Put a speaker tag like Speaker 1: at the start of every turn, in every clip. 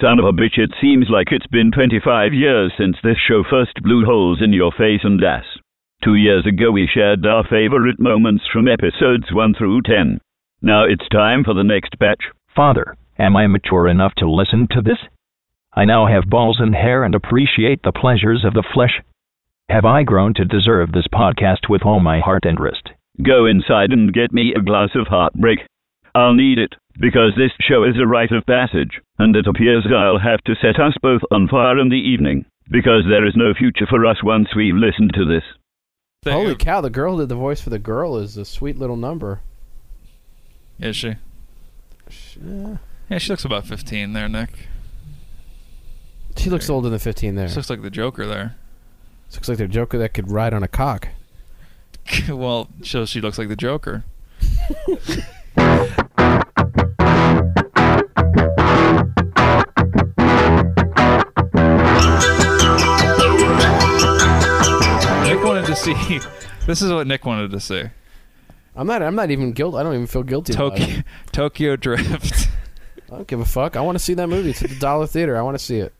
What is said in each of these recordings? Speaker 1: son of a bitch, it seems like it's been 25 years since this show first blew holes in your face and ass. Two years ago, we shared our favorite moments from episodes 1 through 10. Now it's time for the next batch.
Speaker 2: Father, am I mature enough to listen to this? I now have balls and hair and appreciate the pleasures of the flesh. Have I grown to deserve this podcast with all my heart and wrist?
Speaker 1: Go inside and get me a glass of heartbreak. I'll need it, because this show is a rite of passage, and it appears I'll have to set us both on fire in the evening, because there is no future for us once we've listened to this.
Speaker 3: Holy cow, the girl who did the voice for the girl is a sweet little number.
Speaker 4: Is she?
Speaker 3: She, yeah.
Speaker 4: Yeah, she looks about 15 there, Nick.
Speaker 3: She looks older than 15 there.
Speaker 4: She looks like the Joker there.
Speaker 3: looks like the Joker that could ride on a cock.
Speaker 4: well, so she looks like the Joker. Nick wanted to see. This is what Nick wanted to see.
Speaker 3: I'm not I'm not even guilty. I don't even feel guilty about it.
Speaker 4: Tokyo, Tokyo Drift.
Speaker 3: I don't give a fuck. I want to see that movie. It's at the Dollar Theater. I want to see it.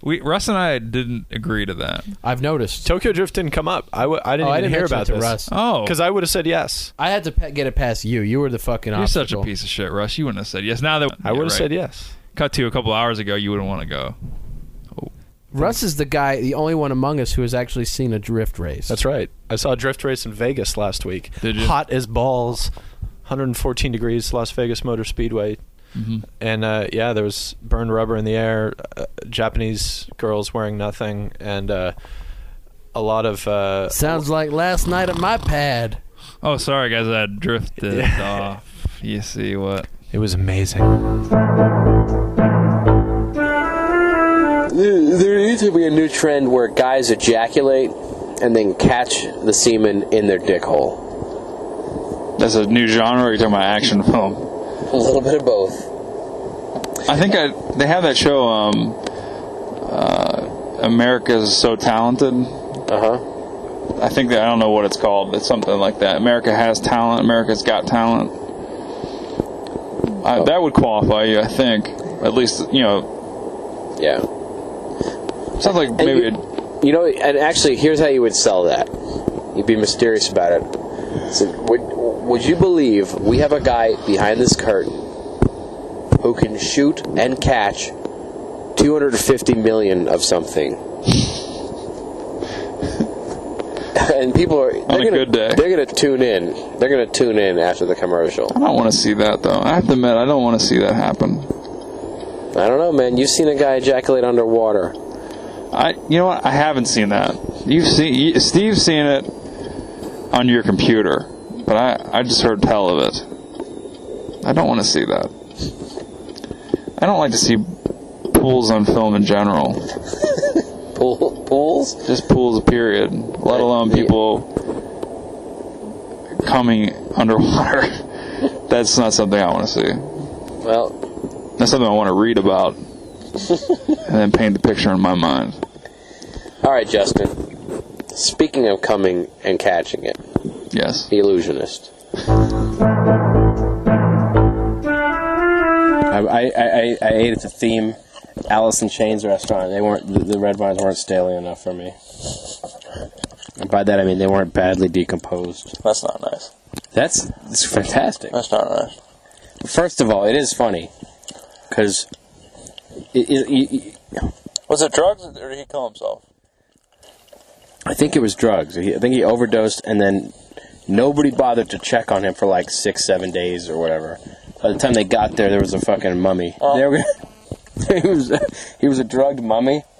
Speaker 4: We Russ and I didn't agree to that.
Speaker 3: I've noticed.
Speaker 5: Tokyo Drift didn't come up. I, w- I didn't
Speaker 3: Oh,
Speaker 5: even
Speaker 3: I didn't
Speaker 5: hear
Speaker 3: mention
Speaker 5: about
Speaker 3: it to
Speaker 5: this.
Speaker 3: Russ.
Speaker 4: Oh,
Speaker 5: Because I would have said yes.
Speaker 3: I had to pe- get it past you. You were the fucking
Speaker 4: you're such a
Speaker 3: obstacle.
Speaker 4: piece of shit, Russ. You wouldn't have said yes. Now that
Speaker 5: I would have
Speaker 4: yeah,
Speaker 5: said
Speaker 4: right.
Speaker 5: yes.
Speaker 4: Cut to a couple hours ago, you wouldn't want to go.
Speaker 3: Russ is the guy, the only one among us who has actually seen a drift race.
Speaker 5: That's right. I saw a drift race in Vegas last week.
Speaker 4: Did you?
Speaker 5: Hot as balls. 114 degrees, Las Vegas Motor Speedway.
Speaker 4: Mm-hmm.
Speaker 5: And uh, yeah, there was burned rubber in the air, uh, Japanese girls wearing nothing, and uh, a lot of. Uh,
Speaker 3: Sounds like last night at my pad.
Speaker 4: Oh, sorry guys, I drifted off. You see what?
Speaker 5: it was amazing.
Speaker 6: There, there used to be a new trend where guys ejaculate and then catch the semen in their dick hole.
Speaker 7: That's a new genre. You're talking about action film.
Speaker 6: A little bit of both.
Speaker 7: I think I they have that show. Um, uh, America's so talented.
Speaker 6: Uh huh.
Speaker 7: I think that I don't know what it's called. It's something like that. America has talent. America's got talent.
Speaker 6: Oh.
Speaker 7: I, that would qualify you, I think. At least you know.
Speaker 6: Yeah.
Speaker 7: Sounds like maybe. A,
Speaker 6: You know, and actually, here's how you would sell that. You'd be mysterious about it. So, would, would you believe we have a guy behind this curtain who can shoot and catch 250 million of something? and people are they're
Speaker 7: a
Speaker 6: gonna,
Speaker 7: good day.
Speaker 6: They're gonna tune in. They're gonna tune in after the commercial.
Speaker 7: I don't want to see that though. I have to admit, I don't want to see that happen.
Speaker 6: I don't know, man. You've seen a guy ejaculate underwater.
Speaker 7: I, you know what? I haven't seen that. You've seen you, Steve's seen it on your computer, but I, I just heard tell of it. I don't want to see that. I don't like to see pools on film in general.
Speaker 6: Pool, pools.
Speaker 7: Just pools, period. Let alone people coming underwater. That's not something I want to see.
Speaker 6: Well,
Speaker 7: That's something I want to read about, and then paint the picture in my mind.
Speaker 6: all right, Justin. Speaking of coming and catching it.
Speaker 7: Yes.
Speaker 6: The Illusionist. I, I, I, I ate at the theme Alice in Chains restaurant. They weren't the, the red vines weren't stale enough for me. And by that I mean they weren't badly decomposed.
Speaker 7: That's not nice.
Speaker 6: That's, that's fantastic.
Speaker 7: That's not
Speaker 8: Uh,
Speaker 7: nice.
Speaker 6: First of all, it is funny because
Speaker 7: Was it drugs or did he kill himself?
Speaker 6: I think it was drugs. He, I think he overdosed, and then nobody bothered to check on him for like six, seven days or whatever. By the time they got there, there was a fucking mummy.
Speaker 7: Oh.
Speaker 6: They were gonna- he was he was a drugged mummy.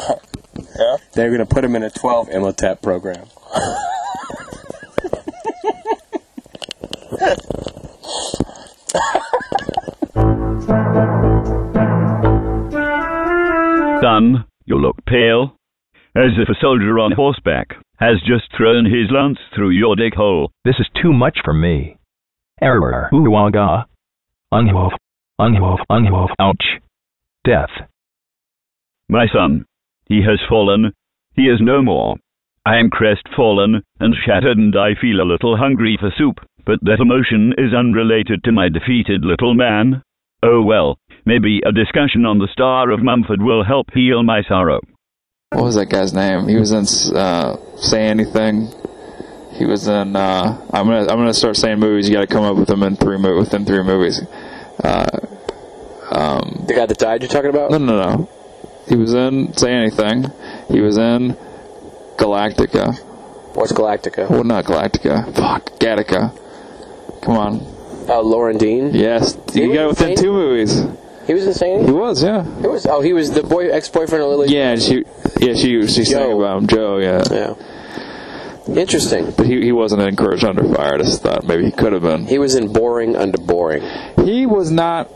Speaker 7: Yeah. yeah.
Speaker 6: They were gonna put him in a twelve Imhotep E program.
Speaker 1: Son, you look pale. As if a soldier on horseback has just thrown his lance through your dick hole.
Speaker 2: This is too much for me. Error. Uwaga. Unwolf. Unwolf. Unwolf. Ouch. Death.
Speaker 1: My son, he has fallen. He is no more. I am crestfallen and shattered, and I feel a little hungry for soup, but that emotion is unrelated to my defeated little man. Oh well, maybe a discussion on the Star of Mumford will help heal my sorrow.
Speaker 7: What was that guy's name? He was in uh, Say Anything. He was in. Uh, I'm gonna. I'm gonna start saying movies. You got to come up with them in three mo- within three movies.
Speaker 6: The guy that died you're talking about?
Speaker 7: No, no, no. He was in Say Anything. He was in Galactica.
Speaker 6: What's Galactica?
Speaker 7: Well, not Galactica. Fuck, Gattaca. Come on.
Speaker 6: Oh, Lauren Dean?
Speaker 7: Yes, you
Speaker 6: was
Speaker 7: got it within
Speaker 6: insane.
Speaker 7: two movies.
Speaker 6: He was
Speaker 7: He
Speaker 6: insane?
Speaker 7: was, yeah.
Speaker 6: He was, oh, he was the boy ex-boyfriend of Lily?
Speaker 7: Yeah, and she, yeah, she, she sang
Speaker 6: Joe.
Speaker 7: about him, Joe. Yeah,
Speaker 6: Yeah. Interesting.
Speaker 7: but he, he wasn't in Courage Under Fire. I just thought maybe he could have been.
Speaker 6: He was in Boring Under Boring.
Speaker 7: He was not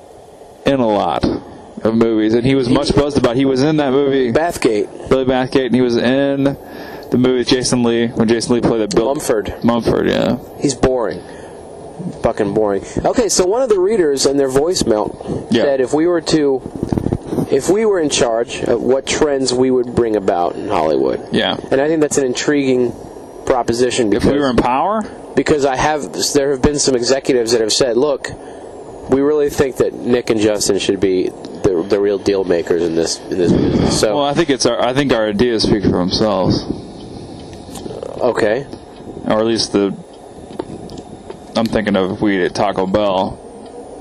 Speaker 7: in a lot of movies, and he was much buzzed about. He was in that movie
Speaker 6: Bathgate.
Speaker 7: Billy Bathgate, and he was in the movie with Jason Lee when Jason Lee played that Bill
Speaker 6: Mumford.
Speaker 7: Mumford, yeah.
Speaker 6: He's boring. Fucking boring. Okay, so one of the readers in their voicemail
Speaker 7: Yeah.
Speaker 6: said if we were to, if we were in charge of what trends we would bring about in Hollywood.
Speaker 7: Yeah.
Speaker 6: And I think that's an intriguing proposition
Speaker 7: If
Speaker 6: because,
Speaker 7: we were in power,
Speaker 6: because I have, there have been some executives that have said, look, we really think that Nick and Justin should be the, the real deal makers in this, in this business. So,
Speaker 7: well, I think it's our. I think our ideas speak for themselves,
Speaker 6: okay.
Speaker 7: or at least the. I'm thinking of if we eat at Taco Bell.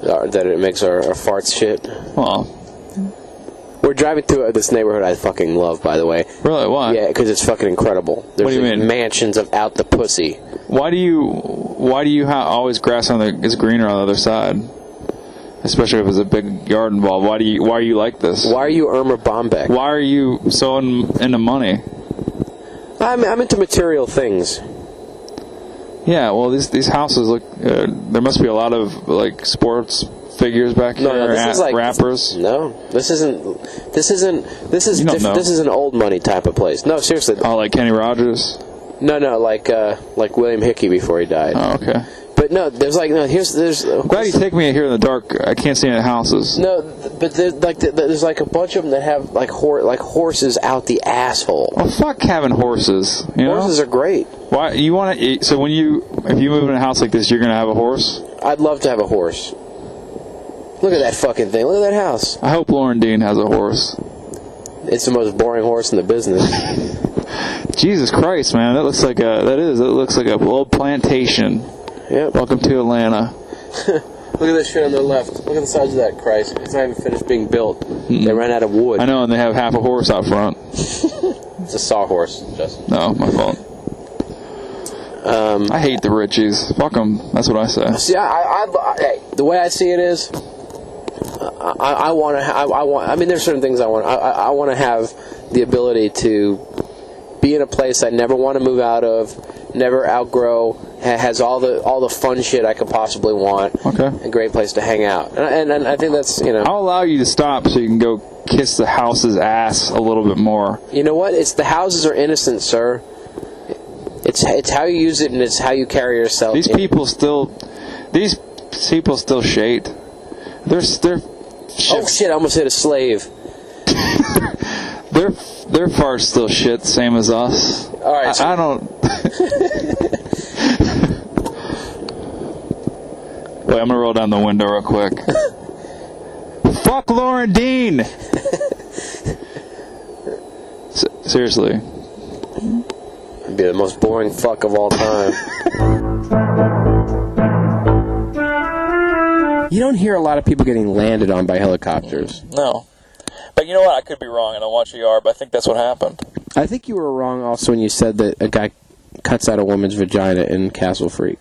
Speaker 6: Uh, that it makes our, our farts shit.
Speaker 7: Well,
Speaker 6: We're driving through uh, this neighborhood I fucking love, by the way.
Speaker 7: really, why?
Speaker 6: Yeah, because it's fucking incredible. There's
Speaker 7: do you
Speaker 6: like
Speaker 7: mean?
Speaker 6: mansions of out the pussy.
Speaker 7: Why do you? Why do you ha- always grass on the is greener on the other side? Especially if it's a big yard involved. Why do you? Why are you like this?
Speaker 6: Why are you Irma Bombeck?
Speaker 7: Why are you so in, into money?
Speaker 6: I'm, I'm into material things.
Speaker 7: Yeah, well, these these houses look. Uh, there must be a lot of like sports figures back
Speaker 6: No,
Speaker 7: here,
Speaker 6: no, this
Speaker 7: at-
Speaker 6: is like
Speaker 7: rappers.
Speaker 6: No, this isn't. This isn't. This is
Speaker 7: You don't
Speaker 6: diff-
Speaker 7: know.
Speaker 6: this is an old money type of place. No, seriously.
Speaker 7: Oh, like Kenny Rogers.
Speaker 6: No, no, like uh, like William Hickey before he died.
Speaker 7: Oh, okay.
Speaker 6: But no, there's like no. Here's there's. uh,
Speaker 7: Glad you take me here in the dark. I can't see any houses.
Speaker 6: no, th- but there's like th- there's like a bunch of them that have like hor- like horses out the asshole.
Speaker 7: Well, fuck having horses. You know?
Speaker 6: Horses are great.
Speaker 7: Why you want to? So when you if you move in a house like this, you're gonna have a horse.
Speaker 6: I'd love to have a horse. Look at that fucking thing. Look at that house.
Speaker 7: I hope Lauren Dean has a horse.
Speaker 6: It's the most boring horse in the business.
Speaker 7: Jesus Christ, man, that looks like a that is that looks like a old plantation.
Speaker 6: Yep.
Speaker 7: Welcome to Atlanta.
Speaker 6: Look at this shit on the left. Look at the size of that, Christ. It's not even finished being built. They ran out of wood.
Speaker 7: I know, and they have half a horse out front.
Speaker 6: It's a sawhorse, Justin.
Speaker 7: No, my fault. Um, I hate the Richies. Fuck them. That's what I say.
Speaker 6: See, I, I, I, hey, the way I see it is, I, I, I want to. I, I want. I mean, there's certain things I want. I, I, I want to have the ability to be in a place I never want to move out of, never outgrow, ha- has all the all the fun shit I could possibly want.
Speaker 7: Okay.
Speaker 6: A great place to hang out, and, and, and I think that's you know.
Speaker 7: I'll allow you to stop so you can go kiss the house's ass a little bit more.
Speaker 6: You know what? It's the houses are innocent, sir. It's it's how you use it and it's how you carry yourself.
Speaker 7: These
Speaker 6: in-
Speaker 7: people still, these people still shade. They're they're
Speaker 6: Oh shit! I almost hit a slave.
Speaker 7: Their their farts still shit, same as us.
Speaker 6: All right,
Speaker 7: I,
Speaker 6: so-
Speaker 7: I don't. Wait, I'm gonna roll down the window real quick. Fuck Lauren Dean. S- seriously,
Speaker 6: It'd be the most boring fuck of all time. you don't hear a lot of people getting landed on by helicopters.
Speaker 8: No. But you know what? I could be wrong. I don't watch ER, but I think that's what happened.
Speaker 6: I think you were wrong also when you said that a guy cuts out a woman's vagina in Castle Freak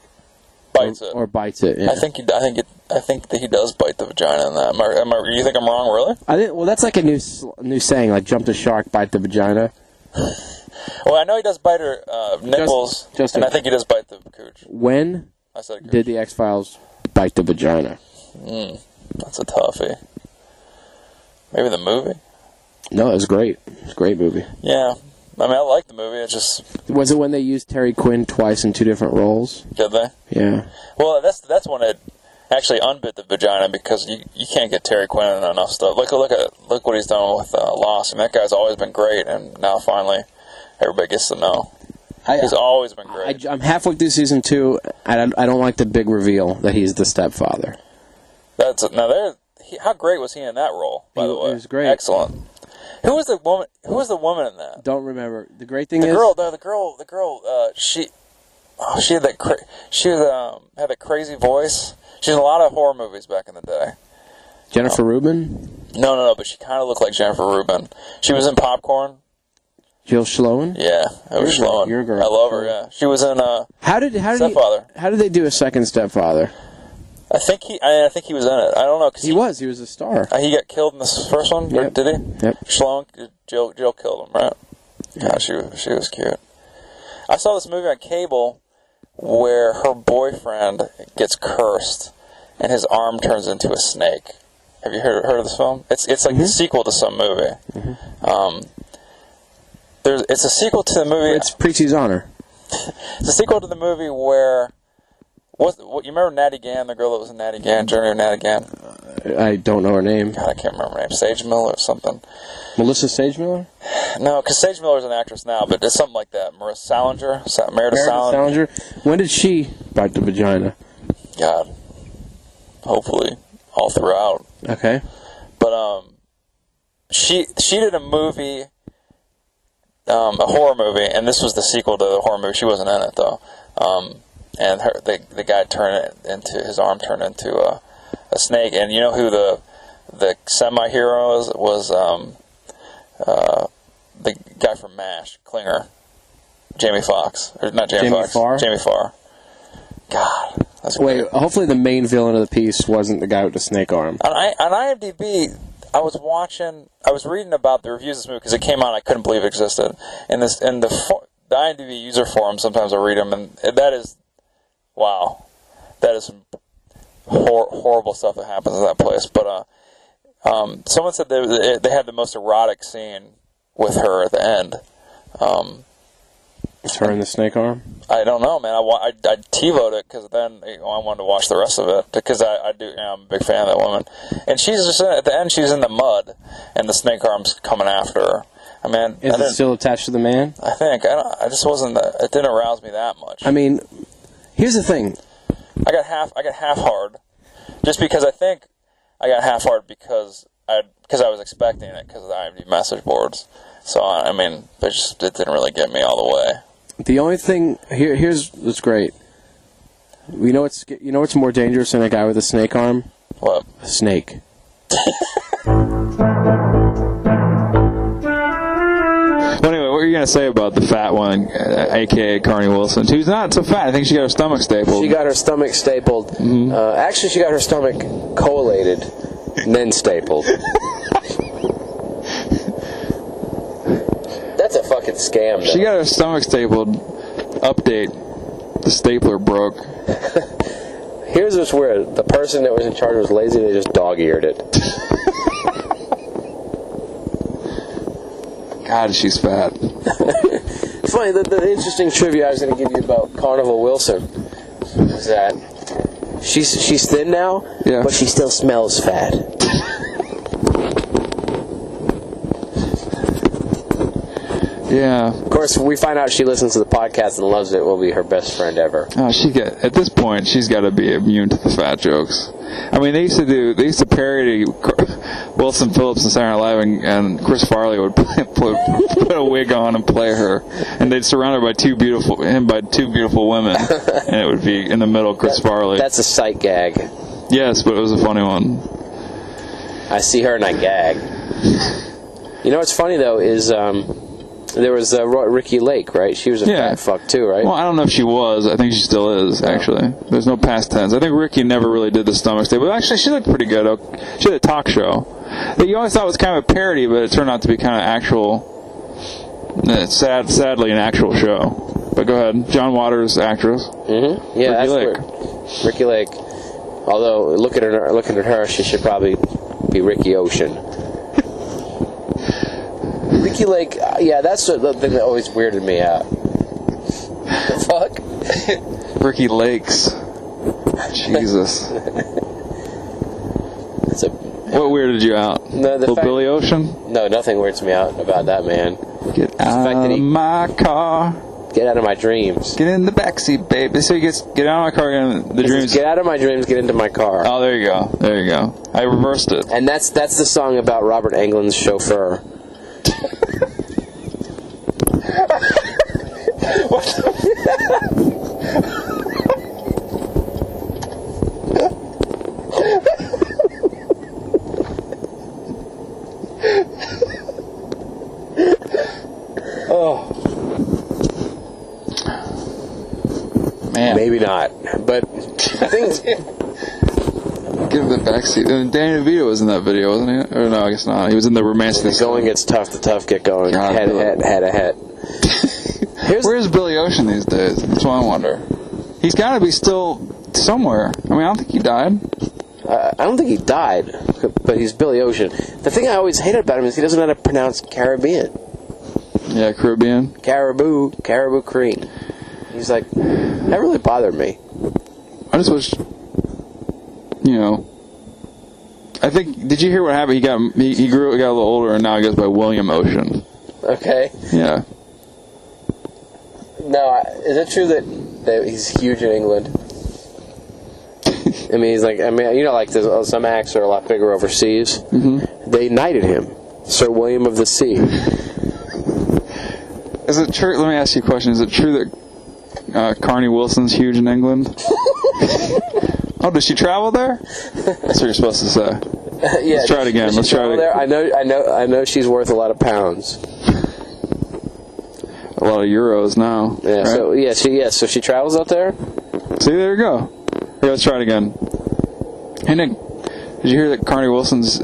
Speaker 8: Bites it.
Speaker 6: or bites it. yeah.
Speaker 8: I think he, I think it, I think that he does bite the vagina in that. Am I, am I, you think I'm wrong, really?
Speaker 6: I think well, that's like a new sl- new saying, like jump the shark, bite the vagina.
Speaker 8: Well, I know he does bite her uh, nipples,
Speaker 6: just
Speaker 8: and
Speaker 6: a-
Speaker 8: I think he does bite the cooch.
Speaker 6: When
Speaker 8: I said cooch.
Speaker 6: did the X Files bite the vagina?
Speaker 8: That's a toughie. Maybe the movie.
Speaker 6: No, it was great. It was a great movie.
Speaker 8: Yeah. I mean, I like the movie. It's just
Speaker 6: Was it when they used Terry Quinn twice in two different roles?
Speaker 8: did they?
Speaker 6: Yeah.
Speaker 8: Well, that's that's when it actually unbit the vagina because you, you can't get Terry Quinn in enough stuff. Look look at look what he's done with uh, Lost. I mean, that guy's always been great, and now finally everybody gets to know
Speaker 6: I,
Speaker 8: he's always been
Speaker 6: I,
Speaker 8: great.
Speaker 6: am halfway through season two, and I, I don't like the big reveal that he's the stepfather.
Speaker 8: That's now there. he, how great was he in that role? By
Speaker 6: He-
Speaker 8: the way,
Speaker 6: he was great.
Speaker 8: Excellent. Who was the woman? Who was the woman in that?
Speaker 6: Don't remember. The great thing
Speaker 8: The
Speaker 6: is,
Speaker 8: girl, no, the girl, the girl. Uh, she, oh, she had that. Cra- she was, um, had that crazy voice. She was in a lot of horror movies back in the day.
Speaker 6: Jennifer Rubin,
Speaker 8: No, no, no. But she kind of looked like Jennifer Rubin. She was in Popcorn.
Speaker 6: Jill Sloan.
Speaker 8: Yeah, it was
Speaker 6: Your girl,
Speaker 8: Sloan.
Speaker 6: your girl.
Speaker 8: I love her. Yeah, she was in. Uh,
Speaker 6: How did how did he-
Speaker 8: Stepfather.
Speaker 6: how did they do a second stepfather?
Speaker 8: I think he. I, I think he was in it. I don't know because
Speaker 6: He was he was a star.
Speaker 8: Uh, he got killed in this first one, or
Speaker 6: Yep.
Speaker 8: did he?
Speaker 6: Yep.
Speaker 8: Sloan, Jill, Jill killed him, right? Yeah, she was, she was cute. I saw this movie on cable where her boyfriend gets cursed and his arm turns into a snake. Have you heard, heard of this film? It's it's like the sequel to some movie. Um, there's it's a sequel to the movie.
Speaker 6: It's Preeti's honor.
Speaker 8: It's a sequel to the movie where what, what you remember Natty Gann, the girl that was in Natty Gann, Journey of Natty Gann.
Speaker 6: I don't know her name.
Speaker 8: God, I can't remember her name, Sage Miller or something.
Speaker 6: Melissa Sagemiller.
Speaker 8: No, because Sage Miller's an actress now, but it's something like that. Marissa Salinger, Sa- Meredith,
Speaker 6: Meredith
Speaker 8: Salinger.
Speaker 6: Salinger. When did she back to vagina?
Speaker 8: God, hopefully all throughout.
Speaker 6: Okay.
Speaker 8: But um, she she did a movie, um, a horror movie, and this was the sequel to the horror movie. She wasn't in it though. Um, and her the the guy turned it into his arm turned into a, a snake. And you know who the the semi hero was, was um, uh, the guy from Mash, Klinger, Jamie Fox or not Jamie,
Speaker 6: Jamie
Speaker 8: Fox,
Speaker 6: Farr?
Speaker 8: Jamie Farr. God, that's
Speaker 6: Wait, hopefully the main villain of the piece wasn't the guy with the snake arm.
Speaker 8: on, I, on IMDb, I was watching, I was reading about the reviews of this movie because it came out. I couldn't believe it existed. And this, and the fo- the IMDb user forum, sometimes I read them, and that is, wow, that is some hor- horrible stuff that happens in that place. But uh, um, someone said they they had the most erotic scene with her at the end. Um,
Speaker 6: It's her and the snake arm.
Speaker 8: I don't know, man. I wa- I, I TiVo'd it because then you know, I wanted to watch the rest of it because I, I do. You know, I'm a big fan of that woman, and she's just in, at the end. She's in the mud, and the snake arms coming after her. I mean, I,
Speaker 6: Is it
Speaker 8: didn't,
Speaker 6: still attached to the man?
Speaker 8: I think I, don't, I just wasn't. That, it didn't arouse me that much.
Speaker 6: I mean, here's the thing.
Speaker 8: I got half. I got half hard, just because I think I got half hard because I because I was expecting it because of the IMDb message boards. So I, I mean, it just it didn't really get me all the way.
Speaker 6: The only thing here here's what's great. You know what's you know what's more dangerous than a guy with a snake arm?
Speaker 8: What?
Speaker 6: A snake.
Speaker 7: Well, anyway, what were you gonna say about the fat one, uh, aka Carney Wilson, who's not so fat? I think she got her stomach stapled.
Speaker 6: She got her stomach stapled. Uh, actually, she got her stomach collated and then stapled. That's a fucking scam. Though.
Speaker 7: She got her stomach stapled. Update: the stapler broke.
Speaker 6: Here's what's weird: the person that was in charge was lazy. They just dog-eared it.
Speaker 7: God, she's fat.
Speaker 6: Funny, the, the interesting trivia I was going to give you about Carnival Wilson is that she's she's thin now,
Speaker 7: Yeah.
Speaker 6: but she still smells fat.
Speaker 7: Yeah.
Speaker 6: Of course, we find out she listens to the podcast and loves it. Will be her best friend ever.
Speaker 7: Oh, she got at this point. She's got to be immune to the fat jokes. I mean, they used to do. They used to parody Car- Wilson Phillips and Saturday Night Live, and, and Chris Farley would play, put, put a wig on and play her, and they'd surround her by two beautiful him by two beautiful women, and it would be in the middle Chris Farley.
Speaker 6: That's a sight gag.
Speaker 7: yes, but it was a funny one.
Speaker 6: I see her and I gag. You know what's funny though is um, there was uh, Ro- Ricky Lake, right? She was a
Speaker 7: Yeah.
Speaker 6: fat fuck too, right?
Speaker 7: Well, I don't know if she was. I think she still is. Actually, there's no past tense. I think Ricky never really did the stomach staple. But Actually, she looked pretty good. Okay. She had a talk show that you always thought was kind of a parody, but it turned out to be kind of actual. eh, Sad, sadly, an actual show. But go ahead, John Waters, actress.
Speaker 6: hmm
Speaker 8: Mm-hmm.
Speaker 6: Yeah, that's
Speaker 7: Ricky Lake.
Speaker 6: weird. Ricky Lake. Although looking at her, looking at her, she should probably be Ricky Ocean. Ricky Lake. Uh, yeah, that's the the thing that always weirded me out. The fuck.
Speaker 7: Ricky Lakes. Jesus,
Speaker 6: It's a,
Speaker 7: what weirded you out?
Speaker 6: No, the
Speaker 7: Little
Speaker 6: fact-
Speaker 7: Billy Ocean.
Speaker 6: no, nothing weirds me out about that man.
Speaker 7: Get out
Speaker 6: fact that
Speaker 7: of
Speaker 6: he-
Speaker 7: my car.
Speaker 6: Get out of my dreams.
Speaker 7: Get in the backseat, babe. They say you get get out of my car. Get in the
Speaker 6: This is
Speaker 7: dreams.
Speaker 6: Get out of my dreams. Get into my car.
Speaker 7: Oh, there you go. There you go. I reversed it.
Speaker 6: And that's that's the song about Robert Englund's chauffeur.
Speaker 7: Man,
Speaker 6: Maybe not, but I think
Speaker 7: get in the backseat. And Danny DeVito was in that video, wasn't he? Or no, I guess not. He was in the romance. of
Speaker 6: the
Speaker 7: the-
Speaker 6: going gets tough. The tough get going.
Speaker 7: God,
Speaker 6: head,
Speaker 7: Bill.
Speaker 6: head, head, ahead. Here's
Speaker 7: Where's Billy Ocean these days? That's what I wonder. He's got to be still somewhere. I mean, I don't think he died.
Speaker 6: uh, I don't think he died, but he's Billy Ocean. The thing I always hated about him is he doesn't know how to pronounce Caribbean.
Speaker 7: Yeah, Caribbean.
Speaker 6: Caribou, Caribou Creek. He's like, that really bothered me.
Speaker 7: I just wish, you know. I think. Did you hear what happened? He got he, he grew he got a little older, and now he goes by William Ocean.
Speaker 6: Okay.
Speaker 7: Yeah.
Speaker 6: No, I- is it true that, that he's huge in England? I mean, he's like, I mean, you know, like there's, oh, some acts are a lot bigger overseas. Mm-hmm. They knighted him, Sir William of the Sea.
Speaker 7: Is it true? Let me ask you a question. Is it true that uh, Carney Wilson's huge in England? oh, does she travel there? That's what you're supposed to say.
Speaker 6: yeah,
Speaker 7: Let's try it
Speaker 6: does
Speaker 7: again.
Speaker 6: she
Speaker 7: Let's try
Speaker 6: travel
Speaker 7: it-
Speaker 6: There? I know, I know, I know. She's worth a lot of pounds.
Speaker 7: A lot of euros now.
Speaker 6: Yeah.
Speaker 7: right?
Speaker 6: So yeah, she yeah. So she travels out there.
Speaker 7: See, there you go. Here, let's try it again. Hey, Nick, did you hear that Carney Wilson's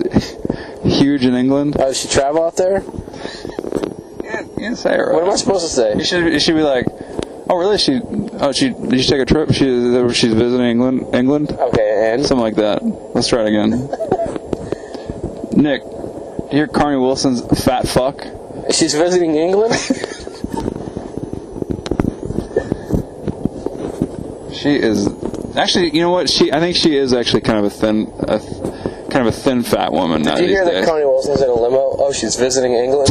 Speaker 7: huge in England?
Speaker 6: Oh, does she travel out there?
Speaker 7: Yeah, yeah, say it right.
Speaker 6: What am I supposed to
Speaker 7: You
Speaker 6: say?
Speaker 7: should, you should be like, oh, really? She, oh, she, did she take a trip? She, she's visiting England, England,
Speaker 6: Okay, and
Speaker 7: something like that. Let's try it again. Nick, do you hear Carney Wilson's fat fuck?
Speaker 6: she's visiting England.
Speaker 7: She is actually, you know what? She, I think she is actually kind of a thin, a, th- kind of a thin fat woman now
Speaker 6: Did you
Speaker 7: these
Speaker 6: hear that
Speaker 7: days.
Speaker 6: Connie Wilson's in a limo? Oh, she's visiting England.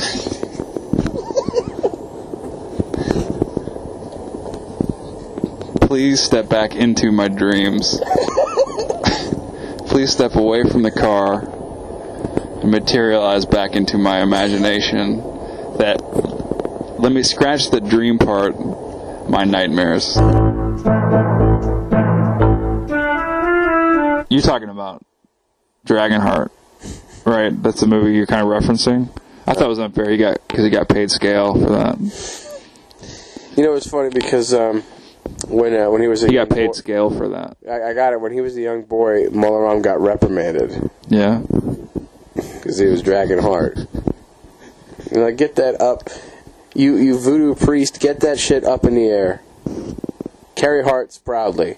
Speaker 7: Please step back into my dreams. Please step away from the car and materialize back into my imagination. That let me scratch the dream part, my nightmares. You're talking about Dragonheart, right? That's the movie you're kind of referencing. I thought it was unfair. He got because he got paid scale for that.
Speaker 6: You know, it's funny because um, when uh, when he was a
Speaker 7: He
Speaker 6: young
Speaker 7: got paid
Speaker 6: boy-
Speaker 7: scale for that.
Speaker 6: I, I got it when he was a young boy. Molaram got reprimanded
Speaker 7: Yeah.
Speaker 6: because he was dragging hard. And I get that up, you you voodoo priest, get that shit up in the air. Carry hearts proudly.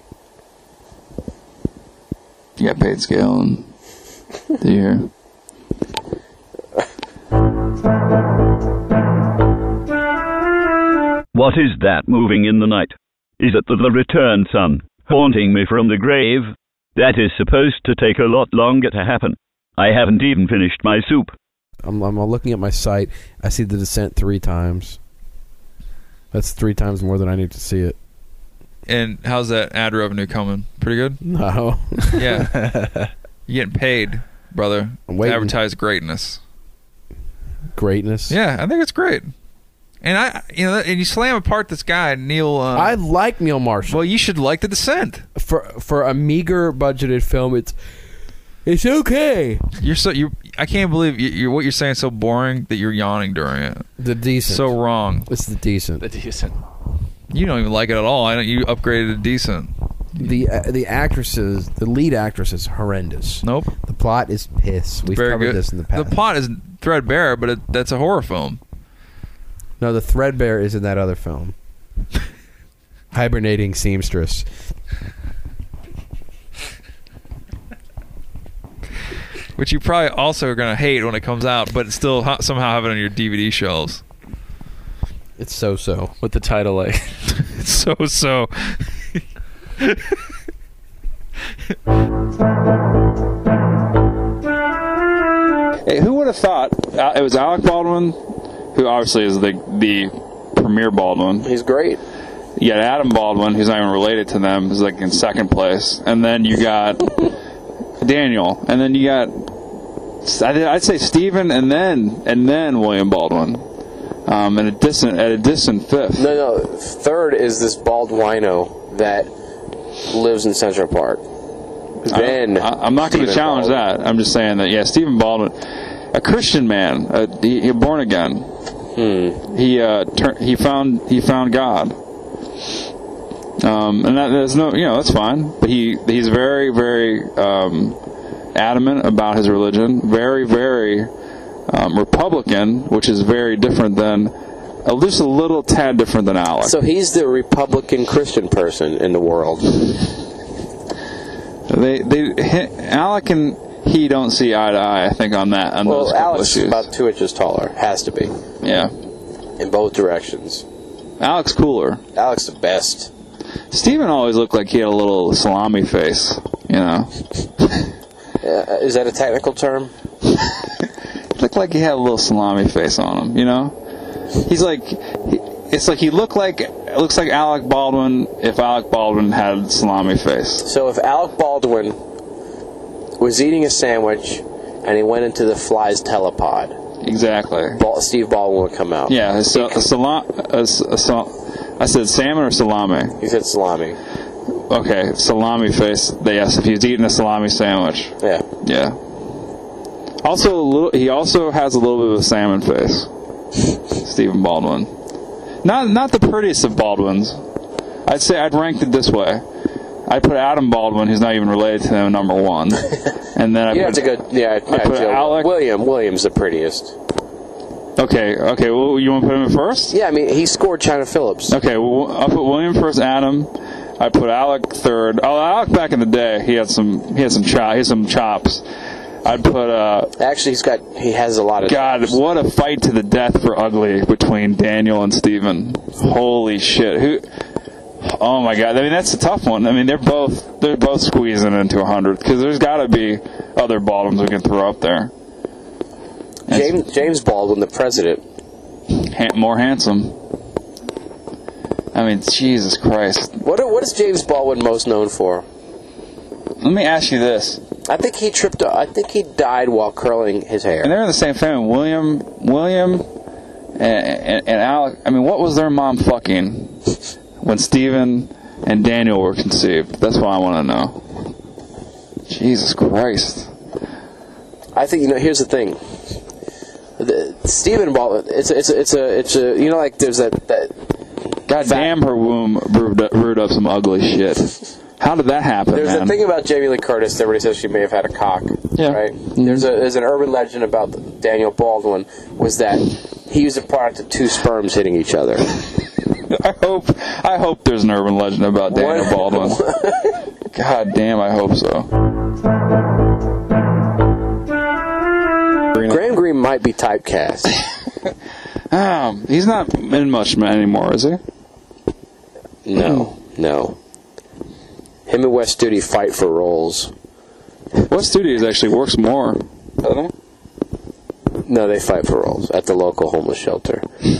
Speaker 7: You got paid scale and the year.
Speaker 1: What is that moving in the night? Is it the, the return sun, haunting me from the grave? That is supposed to take a lot longer to happen. I haven't even finished my soup.
Speaker 3: I'm, I'm looking at my site. I see the descent three times. That's three times more than I need to see it.
Speaker 4: And how's that ad revenue coming? Pretty good.
Speaker 3: No,
Speaker 4: Yeah, you're getting paid, brother.
Speaker 3: I'm
Speaker 4: to
Speaker 3: waiting.
Speaker 4: advertise greatness.
Speaker 3: greatness.
Speaker 4: Yeah, I think it's great. And I, you know, and you slam apart this guy Neil. Uh,
Speaker 3: I like Neil Marshall
Speaker 4: well, you should like the descent.
Speaker 3: for for a meager budgeted film. It's it's okay.
Speaker 4: You're so you. I can't believe you, you're what you're saying. is So boring that you're yawning during it.
Speaker 3: The decent.
Speaker 4: So wrong.
Speaker 3: it's the decent.
Speaker 5: The decent.
Speaker 4: You don't even like it at all. I don't. You upgraded to decent.
Speaker 3: The uh, the actresses, the lead actress is horrendous.
Speaker 4: Nope.
Speaker 3: The plot is piss. We've
Speaker 4: Very
Speaker 3: covered
Speaker 4: good.
Speaker 3: this in the past.
Speaker 4: plot is threadbare, but it, that's a horror film.
Speaker 3: No, the threadbare is in that other film. Hibernating seamstress.
Speaker 4: which you probably also are going to hate when it comes out, but still ho- somehow have it on your DVD shelves.
Speaker 3: It's so so.
Speaker 5: With the title like
Speaker 4: It's so so.
Speaker 7: Hey, who would have thought uh, it was Alec Baldwin, who obviously is the the Premier Baldwin.
Speaker 6: He's great.
Speaker 7: You got Adam Baldwin, who's not even related to them, is like in second place, and then you got Daniel, and then you got I'd I'd say Stephen, and then and then William Baldwin, um, and a distant at a distant fifth.
Speaker 6: No, no. Third is this bald wino that lives in Central Park. Then
Speaker 7: I, I'm not going to
Speaker 6: Stephen
Speaker 7: challenge
Speaker 6: Baldwin.
Speaker 7: that. I'm just saying that. Yeah, Stephen Baldwin, a Christian man, a, he, he born again.
Speaker 6: Hmm.
Speaker 7: He uh, tur- he found he found God. Um, and that, there's no, you know, that's fine. But he he's very very um, adamant about his religion. Very very um, Republican, which is very different than. uh, Just a little tad different than Alex.
Speaker 6: So he's the Republican Christian person in the world.
Speaker 7: they, they, he, Alec and he don't see eye to eye. I think on that on those
Speaker 6: Well,
Speaker 7: couple
Speaker 6: Alex
Speaker 7: issues.
Speaker 6: is about two inches taller. Has to be
Speaker 7: Yeah.
Speaker 6: in both directions.
Speaker 7: Alex Cooler.
Speaker 6: Alex the best.
Speaker 7: Steven always looked like he had a little salami face, you know.
Speaker 6: Uh, is that a technical term?
Speaker 7: Looked like he had a little salami face on him, you know. He's like, he- it's like he looked like looks like Alec Baldwin if Alec Baldwin had salami face.
Speaker 6: So if Alec Baldwin was eating a sandwich and he went into the fly's telepod,
Speaker 7: Exactly.
Speaker 6: Bal- Steve Baldwin would come out.
Speaker 7: Yeah, a, sal- a salami. A, s- a sal- I said salmon or salami.
Speaker 6: He said salami.
Speaker 7: Okay, salami face. Yes, if he was eating a salami sandwich.
Speaker 6: Yeah.
Speaker 7: Yeah. Also, a little. He also has a little bit of a salmon face. Stephen Baldwin. Not not the prettiest of Baldwins. I'd say I'd ranked it this way. I put Adam Baldwin, who's not even related to him, number one, and then I
Speaker 6: You
Speaker 7: put
Speaker 6: have to go. Yeah, yeah
Speaker 7: put
Speaker 6: Joe-
Speaker 7: Alec-
Speaker 6: William. William's the prettiest.
Speaker 7: okay, okay. Well, you want to put him in first?
Speaker 6: Yeah, I mean he scored China Phillips.
Speaker 7: Okay, well, I'll put William first. Adam. I put Alec third. Oh, Alec back in the day, he had some he had some chop, he had some chops. I'd put uh,
Speaker 6: Actually, he's got he has a lot of.
Speaker 7: God, what a fight to the death for ugly between Daniel and Steven. Holy shit. Who Oh my god. I mean that's a tough one. I mean they're both they're both squeezing into 100 cuz there's got to be other bottoms we can throw up there.
Speaker 6: James James Baldwin, the president.
Speaker 7: Ha- more handsome. I mean Jesus Christ.
Speaker 6: What what is James Baldwin most known for?
Speaker 7: Let me ask you this.
Speaker 6: I think he tripped. I think he died while curling his
Speaker 7: And
Speaker 6: hair.
Speaker 7: they're in the same family, William William and, and, and Alec. I mean, what was their mom fucking when Stephen and Daniel were conceived? That's what I want to know. Jesus Christ.
Speaker 6: I think you know. Here's the thing. The, Stephen Baldwin. It's a, it's a, it's a it's a you know like there's that that
Speaker 7: God damn, her womb brewed up, brewed up some ugly shit. How did that happen,
Speaker 6: there's
Speaker 7: man?
Speaker 6: a thing about Jamie Lee Curtis. that Everybody says she may have had a cock.
Speaker 7: Yeah. Mm-hmm.
Speaker 6: Right. There's a there's an urban legend about Daniel Baldwin was that he was a product of two sperms hitting each other.
Speaker 7: I hope I hope there's an urban legend about Daniel
Speaker 6: What?
Speaker 7: Baldwin. God damn, I hope so.
Speaker 6: Graham Greene might be typecast.
Speaker 7: Um, he's not in much anymore, is he?
Speaker 6: No, no. Him and West Studi fight for roles.
Speaker 7: What studios actually works more?
Speaker 6: No, they fight for roles at the local homeless shelter.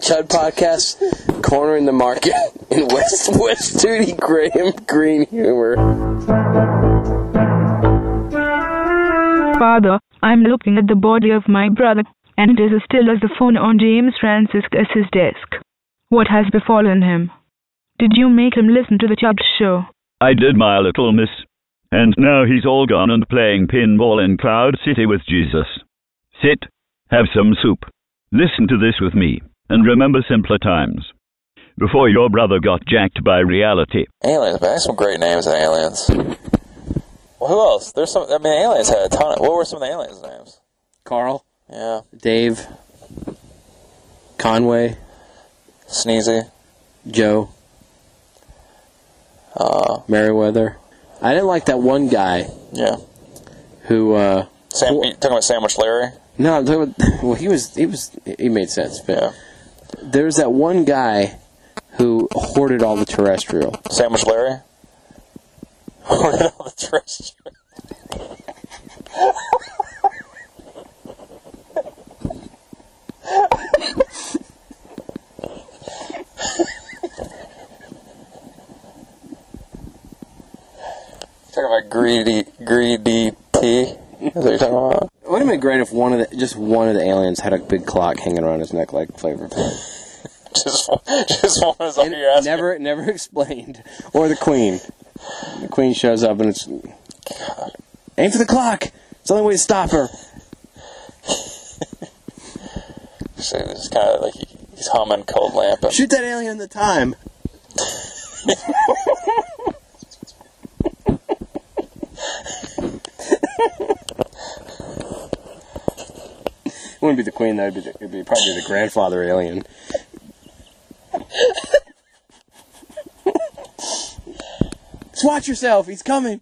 Speaker 6: Chud Podcast, cornering the market in West West Studi Graham Green humor.
Speaker 9: Father, I'm looking at the body of my brother, and it is as still as the phone on James Francis as his desk. What has befallen him? Did you make him listen to the Chubb show?
Speaker 1: I did my little miss. And now he's all gone and playing pinball in Cloud City with Jesus. Sit, have some soup, listen to this with me, and remember simpler times. Before your brother got jacked by reality.
Speaker 8: Aliens, man. That's some great names in Aliens. What Well, who else? There's some. I mean, the aliens had a ton. Of, what were some of the aliens' names?
Speaker 6: Carl,
Speaker 8: Yeah,
Speaker 6: Dave, Conway,
Speaker 8: Sneezy.
Speaker 6: Joe,
Speaker 8: Uh,
Speaker 6: Merriweather. I didn't like that one guy
Speaker 8: yeah.
Speaker 6: who. Uh,
Speaker 8: Sam,
Speaker 6: Who-
Speaker 8: you talking about Sandwich Larry?
Speaker 6: no, I'm talking about- well, he was. He was. He made sense, but
Speaker 8: Yeah.
Speaker 6: there was that one guy who hoarded all the terrestrial.
Speaker 8: Sandwich Larry. Where all the trash? Talking about greedy, greedy P. Is that what you're talking about?
Speaker 6: It would have been great if one of the just one of the aliens had a big clock hanging around his neck like Flavor Flav.
Speaker 8: Just, just one is all
Speaker 6: And
Speaker 8: you're asking.
Speaker 6: never, never explained. Or the Queen. The Queen shows up and it's aim for the clock. It's the only way to stop her.
Speaker 8: So it's kind of like he, he's humming Cold Lamp. And,
Speaker 6: Shoot that alien in the time. it wouldn't be the queen, though. It'd be, the, it'd be probably the grandfather alien. Just watch yourself. He's coming.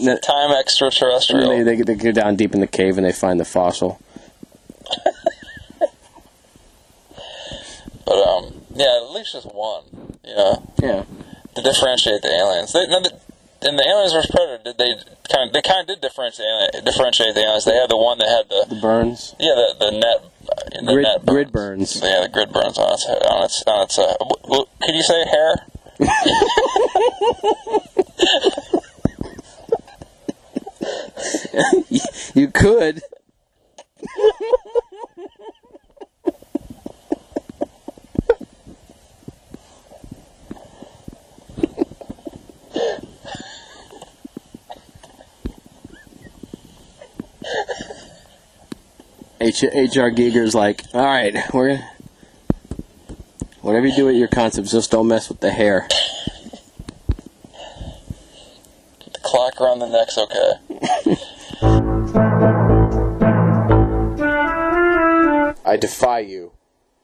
Speaker 6: No,
Speaker 8: time extraterrestrial.
Speaker 6: they, they, they go down deep in the cave and they find the fossil.
Speaker 8: But um, yeah, at least just one. You know,
Speaker 6: Yeah.
Speaker 8: to differentiate the aliens. They, now the, in the Aliens vs Predator, did they kind of they kind of did differentiate alien, differentiate the aliens. They had the one that had the
Speaker 6: The burns.
Speaker 8: yeah the the net. uh, The
Speaker 6: Grid-
Speaker 8: net
Speaker 6: grid burns.
Speaker 8: Yeah, the grid burns on its on its on its. Uh, w- w- could you say hair?
Speaker 6: You could. H- HR Giger's like, all right, we're gonna. Whatever you do with your concepts, just don't mess with the hair.
Speaker 8: The clock around the neck's okay.
Speaker 10: I defy you